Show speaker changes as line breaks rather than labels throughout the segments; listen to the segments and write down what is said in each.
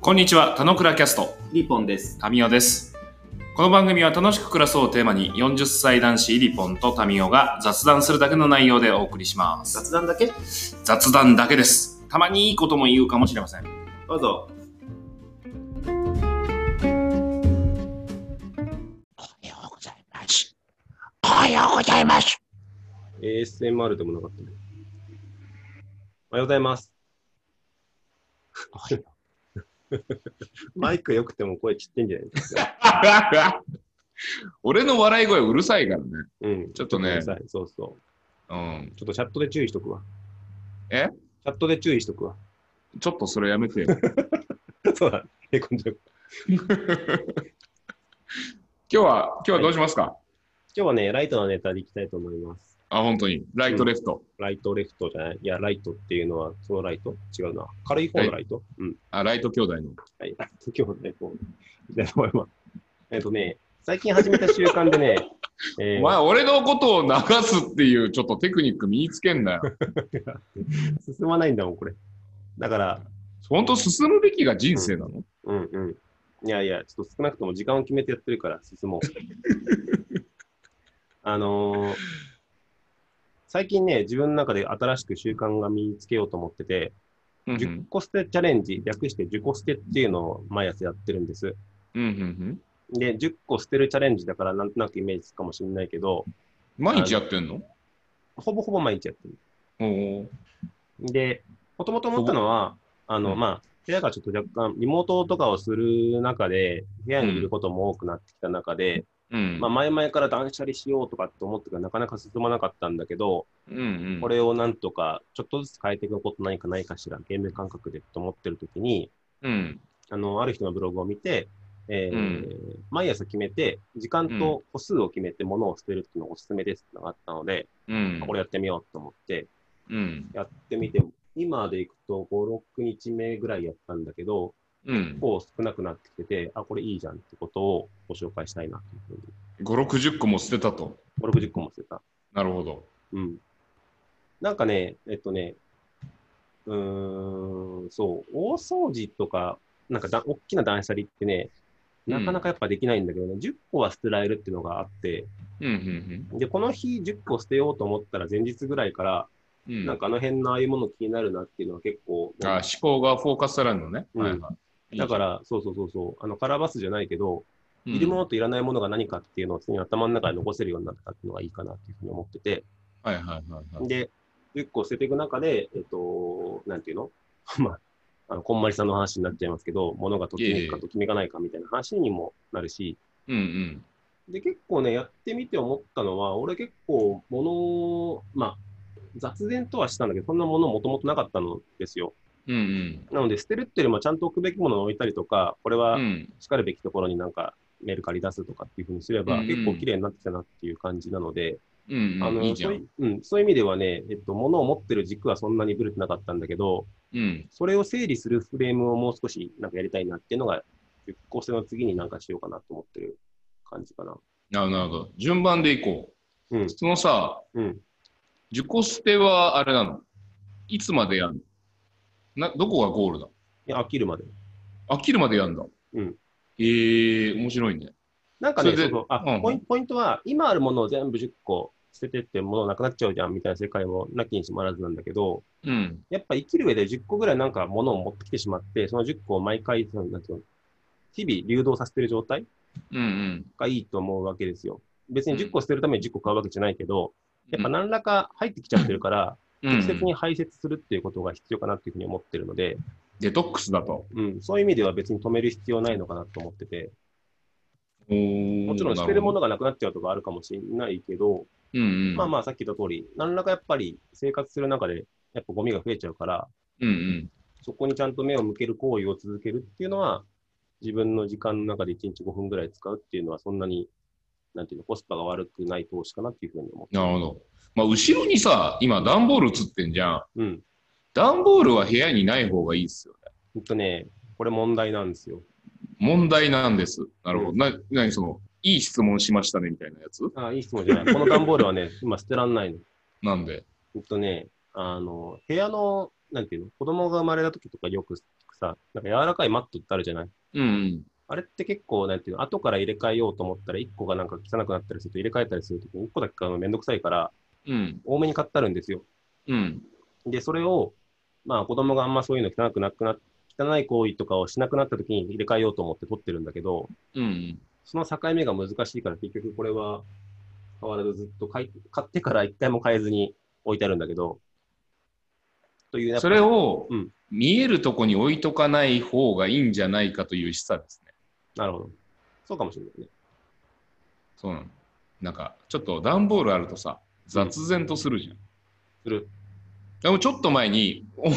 こんにちは、田野倉キャスト、
リポンです。
タミオです。この番組は楽しく暮らそうをテーマに、40歳男子リポンとタミオが雑談するだけの内容でお送りします。
雑談だけど
雑談だけです。たまにいいことも言うかもしれません。
うぞ。
おはようございます。おはようございます。
ASMR でもなかったね。おはようございます。 マイク良くても声ちってんじゃないですか。
俺の笑い声うるさいからね。
うん。
ちょっとね
ごめんなさいそうそう。
うん。
ちょっとチャットで注意しとくわ。
え
チャットで注意しとくわ。
ちょっとそれやめてよ。
そうだ。へこんじゃう。
今日は、今 日はどうしますか、
今日はね、ライトなネタでいきたいと思います。
あ、本当に。ライトレフト。
ライト、レフトじゃないいや、ライトっていうのは、そのライト違うな。軽い方のライト、うん。
あ、ライト兄弟の。
はい。今日ね、こう。でも今えっとね、最近始めた習慣でね、えー
お前、俺のことを流すっていうちょっとテクニック身につけんなよ。
進まないんだもん、これ。だから、
本当進むべきが人生なの、
うんうん。いやいや、ちょっと少なくとも時間を決めてやってるから進 もう。あのー最近ね、自分の中で新しく習慣が身につけようと思ってて、
うんう
10
ん
個捨てチャレンジ、略して10個捨てっていうのを毎朝やってるんです。
うんうん
で、10個捨てるチャレンジだからなんとなくイメージつくかもしれないけど、
毎日やってんの
ほぼほぼ毎日やってる。
おお
で、もともと思ったのは、あの、
うん
まあ、部屋がちょっと若干、リモートとかをする中で、部屋にいることも多くなってきた中で、
うん。
まあ、前々から断捨離しようとかって思ってたからなかなか進まなかったんだけど、
うんうん、
これをなんとかちょっとずつ変えていくこと何かないかしら、ゲーム感覚でと思ってる時に、
うん。
あの、ある人のブログを見て、えー
うん
毎朝決めて、時間と個数を決めて物を捨てるっていうのがおすすめですってのがあったので、
うん。
これやってみようと思って、
うん。
やってみて、今でいくと5、6日目ぐらいやったんだけど、
うん
結。構少なくなってきてて、あ、これいいじゃんってことをご紹介したいなというふうに。
5、60個も捨てたと。
5、60個も捨てた。
なるほど。
うん。なんかね、えっとね、うーん、そう、大掃除とか、なんかだ大きな断捨離ってね、なかなかやっぱできないんだけどね、10個は捨てられるっていうのがあって、
うんうん
で、この日10個捨てようと思ったら前日ぐらいから、
うん。うん、
なんかあの辺のああいうもの気になるなっていうのは結構、
あ思考がフォーカスされるのね。
うん
はいはい。
だから、そうそうそうそう、あの、カラーバスじゃないけど、
うん、
いるものといらないものが何かっていうのを常に頭の中に残せるようになったっていうのがいいかなっていうふうに思ってて、
はいはいはいはい。
で、10個捨てていく中で、えっと、なんていうの まあ、あの、こんまりさんの話になっちゃいますけど、物がときめく
いえいえ
かときめかないかみたいな話にもなるし、
うんうん。
で、結構ね、やってみて思ったのは、俺結構物を、まあ、雑然とはしたんだけど、そんなものもともとなかったのですよ。
うんうん。
なので、捨てるっていうよりも、ちゃんと置くべきものを置いたりとか、これ
う
は
ん
しかるべきところになんか、メルカリ出すとかっていうふうにすれば、
うんうん
結構綺麗になってきたなっていう感じなので、
うんうん。
あの
いいじゃ。
そうんいうん、そういう意味ではね、えっと、物を持ってる軸はそんなにぶれてなかったんだけど、
うん。
それを整理するフレームをもう少しなんかやりたいなっていうのが、10個性の次になんかしようかなと思ってる感じかな。
なるほど。順番でいこ
うん
う。、そのさ、
うん。
自己捨てはあれなのいつまでやんのなどこがゴールだ
いや飽きるまで。
飽きるまでやんだ。
うん。
えー、面白いね。
なんかね、
そ
そ
れで
うそうあ
うん
ポインポイントは、今あるものを全部10個捨ててって、物なくなっちゃうじゃんみたいな世界もなきにしもあらずなんだけど、
うん。
やっぱ生きる上で10個ぐらいなんか物を持ってきてしまって、その10個を毎回、そのなんていうの日々流動させてる状態
うん
がいいと思うわけですよ。別に10個捨てるために10個買うわけじゃないけど、
うん。
やっぱ何らか入ってきちゃってるから、
うん、
適切に排泄するっていうことが必要かなっていうふうに思ってるので、
デトックスだと。
うん、そういう意味では別に止める必要ないのかなと思ってて、
も
もちろん捨てるものがなくなっちゃうとかあるかもしれないけど、
うんうん、
まあまあさっき言った通り、何らかやっぱり生活する中で、やっぱゴミが増えちゃうから、
うんうん。
そこにちゃんと目を向ける行為を続けるっていうのは、自分の時間の中で1日5分ぐらい使うっていうのは、そんなに、なんていうの、コスパが悪くない投資かなっていうふうに思って。
なるほど。まあ、後ろにさ、今、段ボール映ってんじゃん。
うん。
段ボールは部屋にない方がいいっすよね。
ほんとね、これ問題なんですよ。
問題なんです。なるほど。
うん
な、なにその、いい質問しましたねみたいなやつ
あ、いい質問じゃない。この段ボールはね、今捨てらんないの。
なんで。
ほんとね、あの、部屋の、なんていうの、子供が生まれた時とかよくさ、なんか柔らかいマットってあるじゃない
うん。
あれって結構、なんていうの、後から入れ替えようと思ったら、1個がなんか汚くなったりすると入れ替えたりするときに、1個だけ買うのめんどくさいから、
うん。
多めに買ってあるんですよ。
うん。
で、それを、まあ子供があんまそういうの汚くなくな、汚い行為とかをしなくなったときに入れ替えようと思って取ってるんだけど、
うん。
その境目が難しいから、結局これは変わらずずっと買い買ってから1回も買えずに置いてあるんだけど、というやっぱ
それを
うん
見えるとこに置いとかない方がいいんじゃないかという示唆ですね。
なるほど。そうかもしれないね。
そうなの。なんか、ちょっと段ボールあるとさ、雑然とするじゃん。
する。
でもちょっと前に、お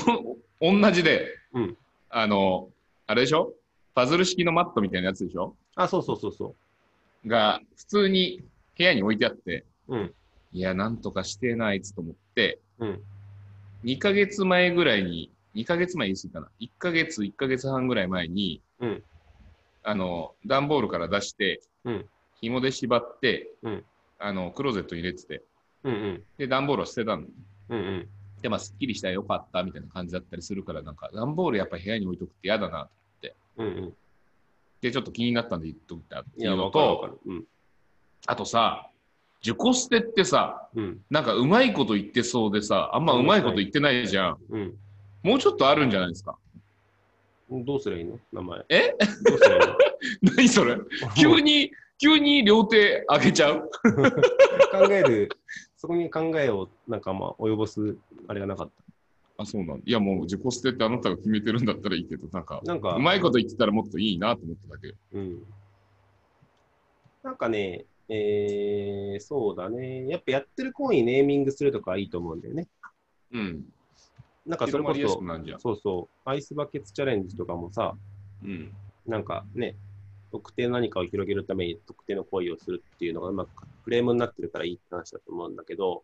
同じで、
うん
あの、あれでしょパズル式のマットみたいなやつでしょ
あ、そうそうそうそ
が、普通に部屋に置いてあって、
う。うん。
いや、なんとかしてえな、あいつと思って、
うん。
2ヶ月前ぐらいに、2ヶ月前言い過ぎたな。1ヶ月、1ヶ月半ぐらい前に、
うん
あの、段ボールから出して、
うん
紐で縛って、
うん
あの、クローゼットに入れてて、
うんうん。
で、段ボールを捨てたの。
うんうん。
で、まあ、すっきりしたよかったみたいな感じだったりするから、なんか、段ボールやっぱり部屋に置いとくって嫌だな。
うんうん。
で、ちょっと気になったんで言っといたって
い
い
や、
うの
わかるわか
と、
る。うん。
あとさ、自己捨てってさ、
うん。
なんかうまいこと言ってそうでさ、あんまうまいこと言ってないじゃん。もうちょっとあるんじゃないですか。
うん。どうすりゃいいの名前。
え
どうすりゃいいの
何それ 急に、急に両手上げちゃう
考える、そこに考えをなんかまあ及ぼすあれがなかっ
あ、そうなんだ。いや、もう自己捨てってあなたが決めてるんだったらいいけど、なんか
た。、なんか、
うまいこと言ってたらもっといいなと思っただけ。
うん。なんかね、えー、そうだね。やっぱやってる行為ネーミングするとかいいと思うんだよね。
うん。
なんかそ
広
れこ
まりやすく
そ、
なんじゃん。
そうそう、アイスバケツチャレンジとかもさ、
うん。
なんかね、特定の何かを広げるために特定の行為をするっていうのがうまくフレームになってるからいいって話だと思うんだけど、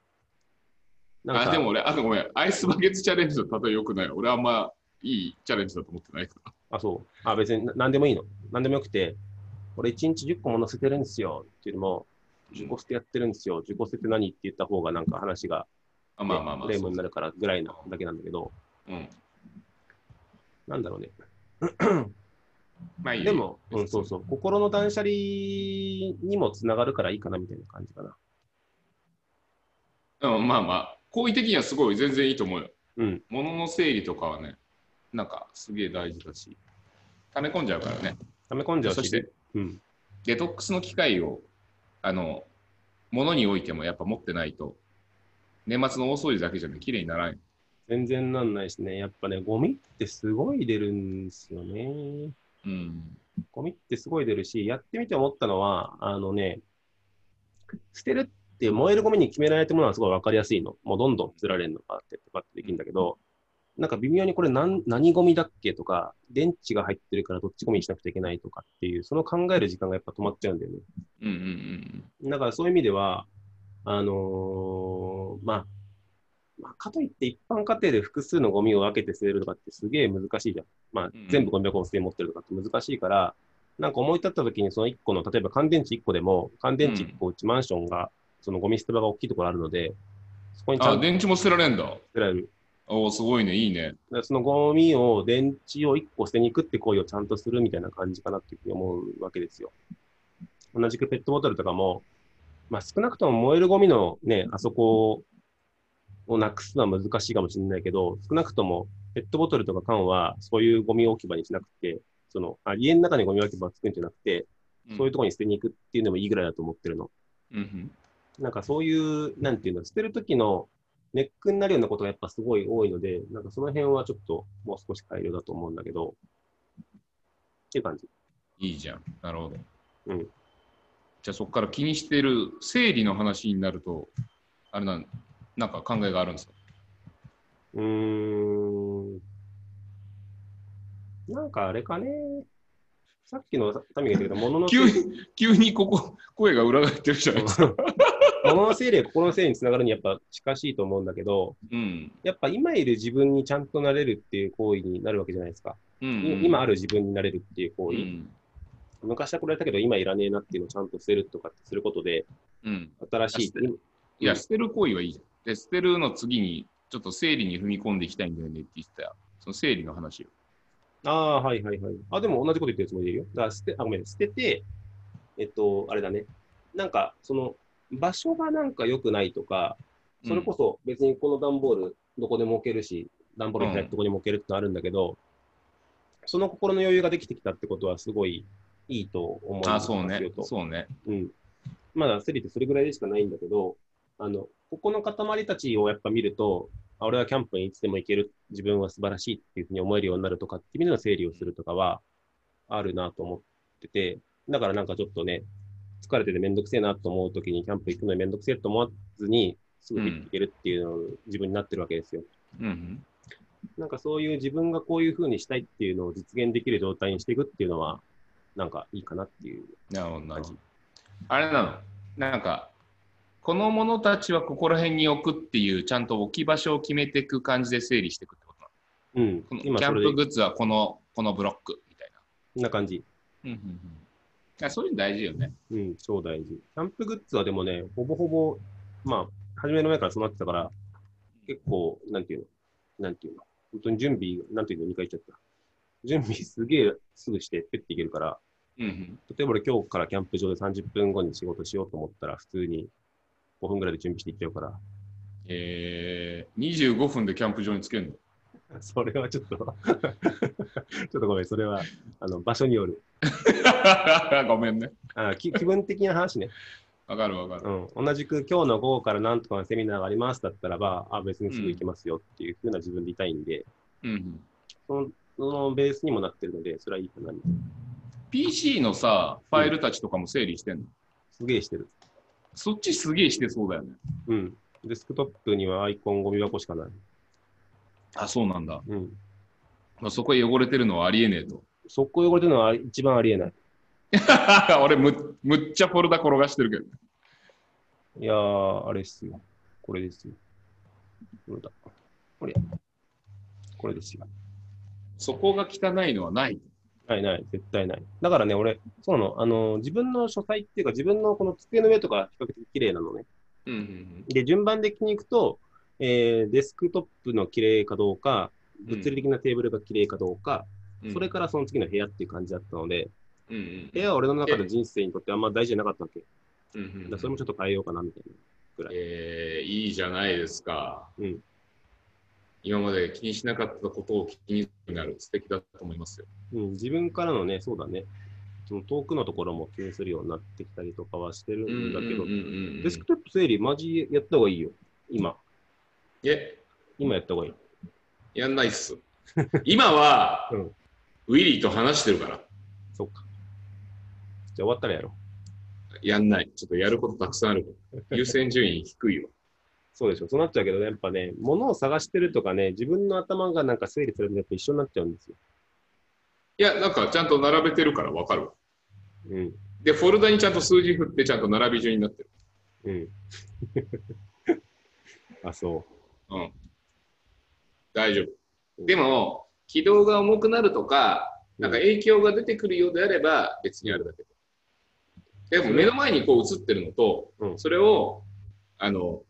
なん
あ、
か
でも俺、あ、ごめん。アイスバケツチャレンジの例えよくない。俺あんまいいチャレンジだと思ってないから。
あ、そう。あ、別にな何でもいいの。何でもよくて、俺1日10個も載せてるんですよっていうのも、自己捨てやってるんですよ。自己捨てって何って言った方がなんか話が、
あ、
ね
まあまあまあ。
フレームにな
る。
るからぐらいなだけなんだけど、
うん。
なんだろうね。
まあいいよ
で、も、うん、そうそう。心の断捨離にもつながるからいいかなみたいな感じかな。
うん、まあまあ、好意的にはすごい全然いいと思うよ。
うん。
物の整理とかはね、なんかすげえ大事だし、溜め込んじゃうからね。
溜め込んじゃう
そして、
うん。
デトックスの機会を、あの、物においてもやっぱ持ってないと、年末の大掃除だけじゃね、綺麗にならんよ。
全然なんないしね。やっぱね、ゴミってすごい出るんですよね。
うん。
ゴミってすごい出るし、やってみて思ったのは、あのね、捨てるって燃えるゴミに決められてるものはすごいわかりやすいの。もうどんどん捨てられるのかって、とかってできるんだけど、なんか微妙にこれ何何ゴミだっけとか、電池が入ってるからどっちゴミにしなくちゃいけないとかっていう、その考える時間がやっぱ止まっちゃうんだよね。
うんうんうん
だからそういう意味では、あのーまあ、まあ、かといって一般家庭で複数のゴミを分けて捨てるとかってすげえ難しいじゃん。まあ、
ん
全部ゴミ箱を捨て持ってるとかって難しいから、なんか思い立った時にその1個の、例えば乾電池1個でも、乾電池1個うちマンションが、そのゴミ捨て場が大きいところあるので、そこ
う
に
ん。
ちゃ
あ、
んと
電池も捨てられんだ。
捨てられる。
おお、すごいね、いいね。
だからそのゴミを、電池を1個捨てに行くって行為をちゃんとするみたいな感じかなっていうふうに思うわけですよ。同じくペットボトルとかも、まあ、少なくとも燃えるゴミのね、あそこをなくすのは難しいかもしれないけど、少なくともペットボトルとか缶はそういうゴミ置き場にしなくて、そのあ家の中にゴミ置き場を作るんじゃなくて、そういうところに捨てに行くっていうのもいいぐらいだと思ってるの。
うん
なんかそういう、なんていうの、捨てる時のネックになるようなことがやっぱすごい多いので、なんかその辺はちょっともう少し改良だと思うんだけど、っていう感じ。
うん。いいじゃん。なるほど。
うん
じゃあそこから気にしてる整理の話になると、あれなん、なんか考えがあるんですか
うーん。なんかあれかね。さっきのタミが言ってたけど、物の整
急
理、
に、急にここ、声が裏返ってるじゃないですか。
物の整理は心の整理につながるにやっぱ近しいと思うんだけど、
うん。
やっぱ今いる自分にちゃんとなれるっていう行為になるわけじゃないですか。
うん
い
うん、
今ある自分になれるっていう行
う
為。
ん。
昔はこれやったけど、今いらねえなっていうのをちゃんと捨てるとかってすることで、
うん。
新しい
あ捨て。いや、捨てる行為はいいじゃん。で、捨てるの次に、ちょっと整理に踏み込んでいきたいんだよねって言ってた、その整理の話を。
ああ、はいはいはい。あ、でも同じこと言ってるつもりでいるよ。だから捨て、あ、ごめん、捨てて、えっと、あれだね。なんか、その、場所がなんか良くないとか、それこそ別にこの段ボールどこでも置けるし、段ボールみたいなとこにも置けるってのあるんだけど、その心の余裕ができてきたってことはすごいいいと思い
あ、
ますよ
そうね
と。
そうね。
うん。まだセリってそれぐらいでしかないんだけど、あの、ここの塊たちをやっぱ見ると、あ俺はキャンプにいつでも行ける、自分は素晴らしいっていうふうに思えるようになるとかっていう意味での整理をするとかはあるなと思ってて、だからなんかちょっとね、疲れててめんどくせえなと思うときにキャンプ行くのにめんどくせえと思わずに、すぐピッて行けるっていうのを自分になってるわけですよ。
うん
なんかそういう自分がこういうふうにしたいっていうのを実現できる状態にしていくっていうのは、なんかいいかなっていう
うん。なるほど、なる
感
ほ
じ
ど。。あれなのなんか、この者たちはここら辺に置くっていう、ちゃんと置き場所を決めていく感じで整理していくってことな
うん
のこのキャンプグッズはこの、このブロックみたいな。
こんな感じ。
うんうんうんいやそういうの大事よね。
うん、超大事。キャンプグッズはでもね、ほぼほぼ、まあ、初めの前からそうなってたから、結構、なんていうの、なんていうの、本当に準備、なんていうの、2回言っちゃった。準備すげえすぐして、ペッていけるから、
うんうん、
例えば俺今日からキャンプ場で30分後に仕事しようと思ったら、普通に5分ぐらいで準備していっちゃうから、
えー、25分でキャンプ場につけるの
それはちょっと、ちょっとごめん、それは、あの、場所による。
ごめんね。
あき気分的な話ね。
わかるわかる。
うん、同じく今日の午後からなんとかのセミナーがありますだったらば、あ、別にすぐ行きますよっていうふうな自分でいたいんで、
うんうん、
そのそのベースにもなってるので、それはいいかなみたいな。
PC のさ、ファイルたちとかも整理してんの、
すげえしてる。
そっちすげえしてそうだよね。
うん。デスクトップにはアイコンゴミ箱しかない。
あ、そうなんだ。
うん。
まあ、そこへ汚れてるのはありえねえと。
速攻汚れてるのは一番ありえない。
俺む、むっちゃフォルダ転がしてるけど。
いやー、あれっすよ。これですよ。これだ。これや。これですよ。
そこが汚いのはない。
ないない、絶対ない。だからね、俺、そうなの、あの、自分の書斎っていうか、自分のこの机の上とか比較的綺麗なのね。
うんうん
で、順番的に行くと、えーデスクトップの綺麗かどうか、
うん
物理的なテーブルが綺麗かどうか、
うん
それからその次の部屋っていう感じだったので、
うんうん
部屋は俺の中で人生にとってあんま大事じゃなかったわけ。だ
うんう
か
んう
ら
ん
それもちょっと変えようかなみたいな。
えー、いいじゃないですか。
うん
今まで気にしなかったことを気になる素敵だと思いますよ。
うん、自分からのね、そうだね、その遠くのところも気にするようになってきたりとかはしてるんだけど、デスクトップ整理、マジやった方がいいよ。今。
え、
今やった方がいい。
やんないっす。今は、
うん
ウィリーと話してるから、
そっか。じゃあ終わったらやろう。
やんない。ちょっとやることたくさんある。優先順位低いわ。
そうでしょ。そうなっちゃうけど、やっぱね、物を探してるとかね、自分の頭がなんか整理されるのと一緒になっちゃうんですよ。
いや、なんかちゃんと並べてるからわかるわ。
うん。
で、フォルダにちゃんと数字振って、ちゃんと並び順になってる。
うん。 あ、そ
うん。大丈
う
夫。
ん
でも、軌道が重くなるとか、なんか影響が出てくるようであれば別にあれだけど。でも目の前にこう映ってるのと、
うん
それをあの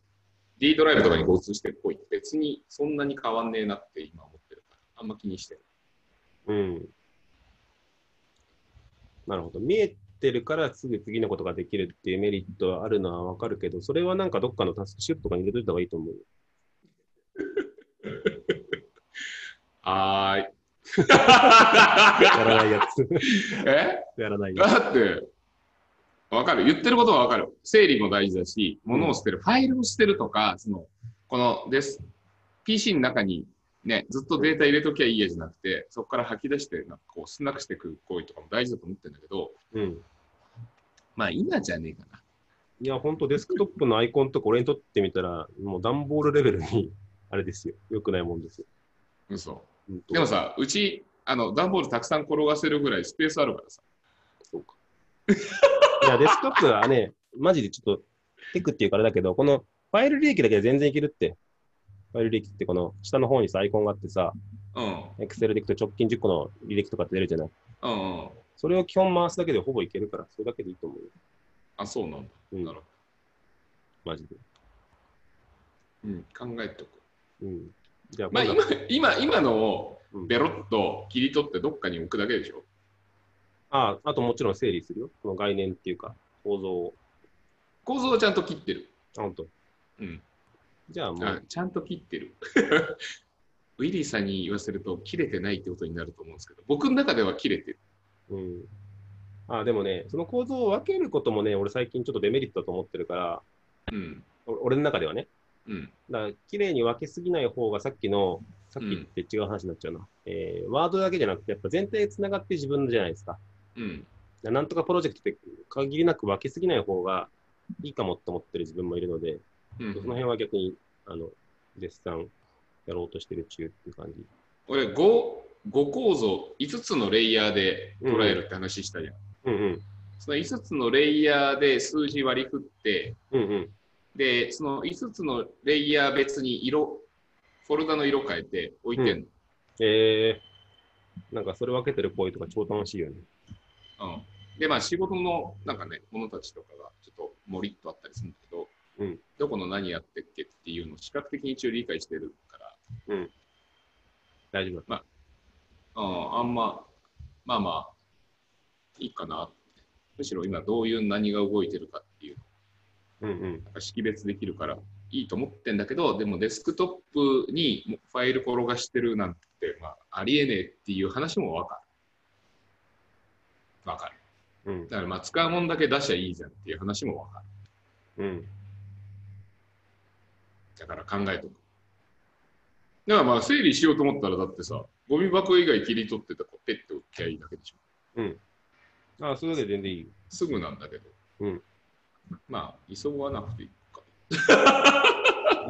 D ドライブとかにこう映してるっぽいって別にそんなに変わんねえなって今思ってるから、あんま気にしてる。
う。うん。なるほど。見えてるからすぐ次のことができるっていうメリットはあるのはわかるけど、それはなんかどっかのタスクシフトとかに入れといた方がいいと思うよ。
はーい。
やらないやつ。
え
やらないや
だって、わかる。言ってることはわかる。整理も大事だし、物を捨てる、ファイルを捨てるとか、その、このです、PC の中にね、ずっとデータ入れときゃいいやじゃなくて、そこから吐き出して、なんかこう、少なくしていく行為とかも大事だと思ってるんだけど、
つ。うん。
まあ今じゃねえかな。
いや、ほんとデスクトップのアイコンとか俺にとってみたら、もう段ボールレベルに、あれですよ。良くないもんですよ。
嘘。
ほんと
でも、さ、うち、あの、段ボールたくさん転がせるぐらいスペースあるからさ。
そうか。いや、デスクトップはね、マジでちょっと、テクっていうからだけど、このファイル利益だけで全然いけるって。ファイル利益ってこの下の方にさ、アイコンがあってさ、
うん。
Excel でいくと直近10個の履歴とかって出るじゃない。
うん、うん。
それを基本回すだけでほぼいけるから、それだけでいいと思うよ。
あ、そうなんだ。
うん
なるほ
マジで。
ど。うん。考えておく。
うん。じゃあ、
まあ
今
今、今、今のを
うん
ベロッと切り取ってどっかに置くだけでしょ。
ああ、あともちろん整理するよ。その概念っていうか、構造を。
構造はちゃんと切ってる。
あ、ほんと。
うん。
じゃあもう、
あちゃんと切ってる。 ウィリーさんに言わせると、切れてないってことになると思うんですけど、僕の中では切れてる。
うん。あ、でもね、その構造を分けることもね、俺最近ちょっとデメリットだと思ってるから、
うん。
お俺の中ではね。
うん。
だから、綺麗に分けすぎない方がさっきの、さっき言って違う話になっちゃうな。えーワードだけじゃなくて、やっぱ全体繋がって自分じゃないですか。
うん。
だからなんとかプロジェクトって限りなく分けすぎない方がいいかもって思ってる自分もいるので、
う
その
ん、
辺は逆に、あの、絶賛やろうとしてる中っていう感じ。
俺5、5構造、5つのレイヤーで捉えるって話したじゃん。
うんうん。
その5つのレイヤーで数字割り振って、
うんうん。
で、その5つのレイヤー別に色、フォルダの色変えて置いてんの。うん
えー、なんかそれ分けてる行為とか超楽しいよね。
で、まあ仕事のなんかね、ものたちとかがちょっともりっとあったりするんだけど、
うん
どこの何やってっけっていうのを視覚的に一応理解してるから、
大丈夫だ。
うん、あんま、まあまあ、いいかな。むしろ今どういう何が動いてるかっていう
うんうん。
なんか識別できるからいいと思ってんだけど、でもデスクトップにファイル転がしてるなんて、まあ、ありえねえっていう話もわかる。わかる。
うん
だからまあ使うもんだけ出しゃいいじゃんっていう話もわかる。
うん。
だから考えとく。だからまあ整理しようと思ったらだってさ、ゴミ箱以外切り取ってたらペッて置きゃいいだけでしょ。
あ、そういうわけで全然いいよ。
すぐなんだけど。
うん
まあ、急がなくていいか。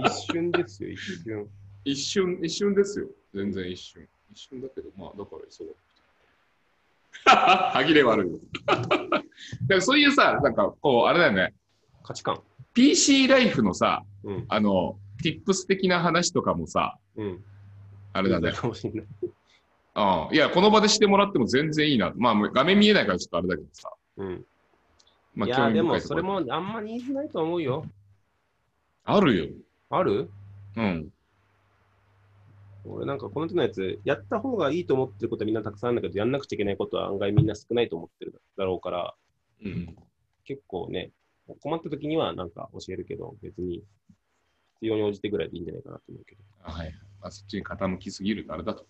一瞬ですよ、一瞬。
一瞬、一瞬ですよ。全然一瞬。一瞬だけど、まあ、だから急がなくて。歯切れ悪い。 だからそういうさ、なんかこう、あれだよね。
価値観。
PC ライフのさ、
うん。
あの、tips 的な話とかもさ、
うん。
あ
あ
れだね。
かもしれない。
うん。いや、この場でしてもらっても全然いいな。まあ、もう画面見えないからちょっとあれだけどさ。
うん。
まあ、
いやー、でも
と
そ
こ
れ
ろ
もあんまりないと思うよ。
あるよ。
ある
うん。
俺なんかこの手のやつ、やった方がいいと思ってることはみんなたくさんあるんだけど、やんなくちゃいけないことは案外みんな少ないと思ってるだろうから、
うん。
結構ね、困った時にはなんか教えるけど、別に必要に応じてぐらいでいいんじゃないかなと思うけど。
あはいはい。まあ、そっちに傾きすぎるからだと。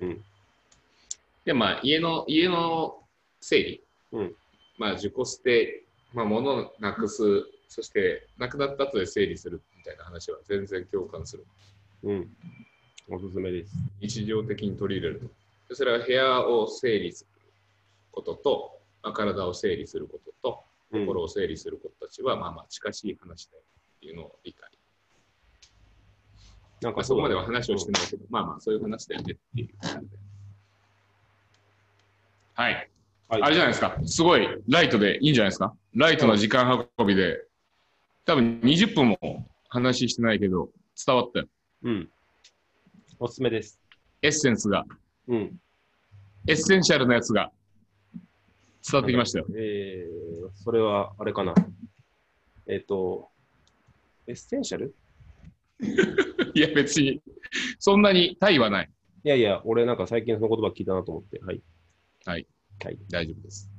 うん。
で、まあ、家の、家の整理。
うん。
まあ、自己捨て、まあ、物をなくす、そして、なくなった後で整理するみたいな話は全然共感する。
うん。おすすめです。
日常的に取り入れると。それは部屋を整理することと、まあ、体を整理することと、
うん
心を整理することたちは、まあまあ、近しい話だよっていうのを理解。
なん
ま
か
あ、そこまで
は。
は話をしてないけど、まあまあ、そういう話だよねっていう感じで。はい。
はい
あれじゃないですか。すごい、ライトでいいんじゃないですか。ライトな時間運びで、多分20分も話してないけど、伝わったよ。
うん。おすすめです。
エッセンスが、
うん。
エッセンシャルなやつが、伝わってきました よ。
えー、それはあれかな。えっ、と、エッセンシャル
いや、別に、そんなに対はない。
いやいや、俺なんか最近その言葉聞いたなと思って。はい。
大丈夫です。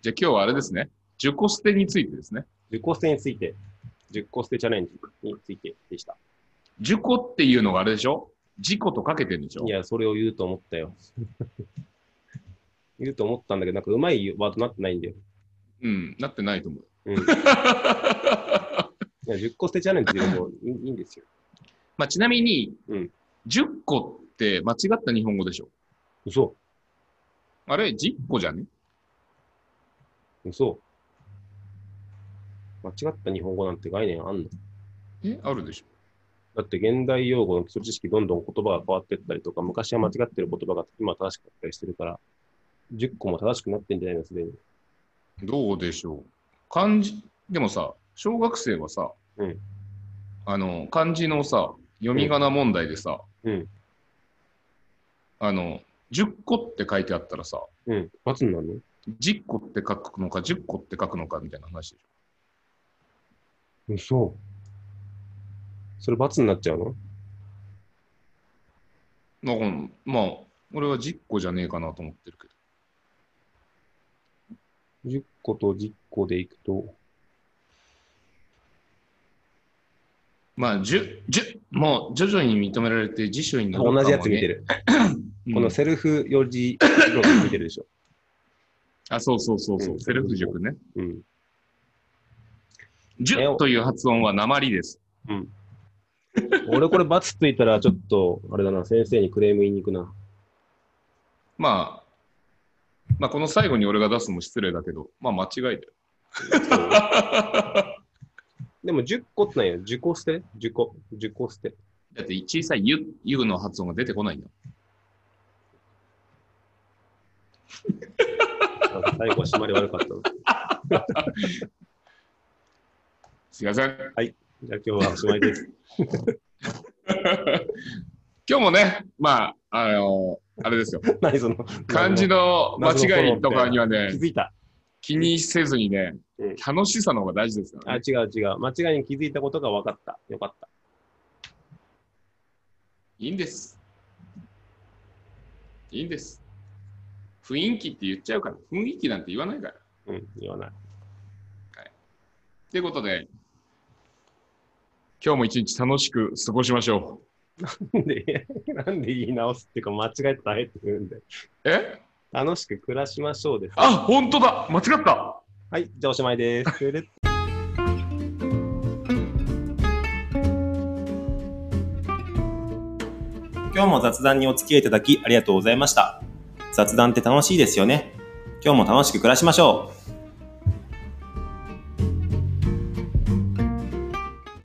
じゃあ今日はあれですね。自己捨てについてですね。
10個捨てについて、10個捨てチャレンジについてでした。
自己っていうのがあれでしょ自己とかけてるんでしょ
いや、それを言うと思ったよ。 言うと思ったんだけど、なんかうまいワードなってないんだよ。
うん、なってないと思う。
うん。いや、10個捨てチャレンジでもいいいいんですよ。
まあ、ちなみに、
うん
10個って間違った日本語でしょ。
嘘
あれ、10個じゃね
嘘間違った日本語なんて概念あんの
え、あるでしょ。
だって現代用語の基礎知識どんどん言葉が変わってったりとか、昔は間違ってる言葉が今正しかったりしてるから、10個も正しくなってんじゃないのすでに。
どうでしょう。漢字、でもさ、小学生はさ、
うん
あの、漢字のさ、読み仮名問題でさ、
うん
あの、10個って書いてあったらさ、
うん。罰になるの
10個って書くのか、10個って書くのかみたいな話でしょ。
嘘それ罰になっちゃうの
だから、まあ、俺は10個じゃねえかなと思ってるけど。
10個と10個でいくと、
まあ、10、10、もう徐々に認められて辞書にな
同じやつ見て
る。
る。
うん
このセルフ四字熟語見てるでしょ。
あ、そうそうそうそう、
うん
セルフ塾ね。
うん。え
10
お
という発音は鉛です。
うん。俺これバツついたらちょっと、あれだな、先生にクレーム言いに行く な。
まあ、まあ、この最後に俺が出すのも失礼だけど、まあ、間違いだよ。
でも10個ってなんや。10個捨て ?10 個。10個捨て。
だって小さいゆ、ゆの発音が出てこないんだよ。
なんか最後は締まり悪かったな。
すいません。
じゃあ今日はおしまいです。
今日もね、まあ、あのあれ ですよ。
何その。
漢字の間違いとかには
気
ね、
づいた。
気にせずにね
うん、
楽しさの方が大事ですか
あ、
ら
違
ね。
う違う。間違いに気づいたことが分かった。よかった。
いいんです。いいんです。雰囲気って言っちゃうから、雰囲気なんて言わないから。
うん、言わない。
ということで、今日も一日楽しく過ごしましょ
なんで、 なんで言い直すっていうか、間違えたらえって言うんで。
う。え
楽しく暮らしましょうです。
あ、本当だ間違った
はい、じゃあおしまいです。トゥルッ今日も雑談にお付き合いいただきありがとうございました。雑談って楽しいですよね。今日も楽しく暮らしましょう。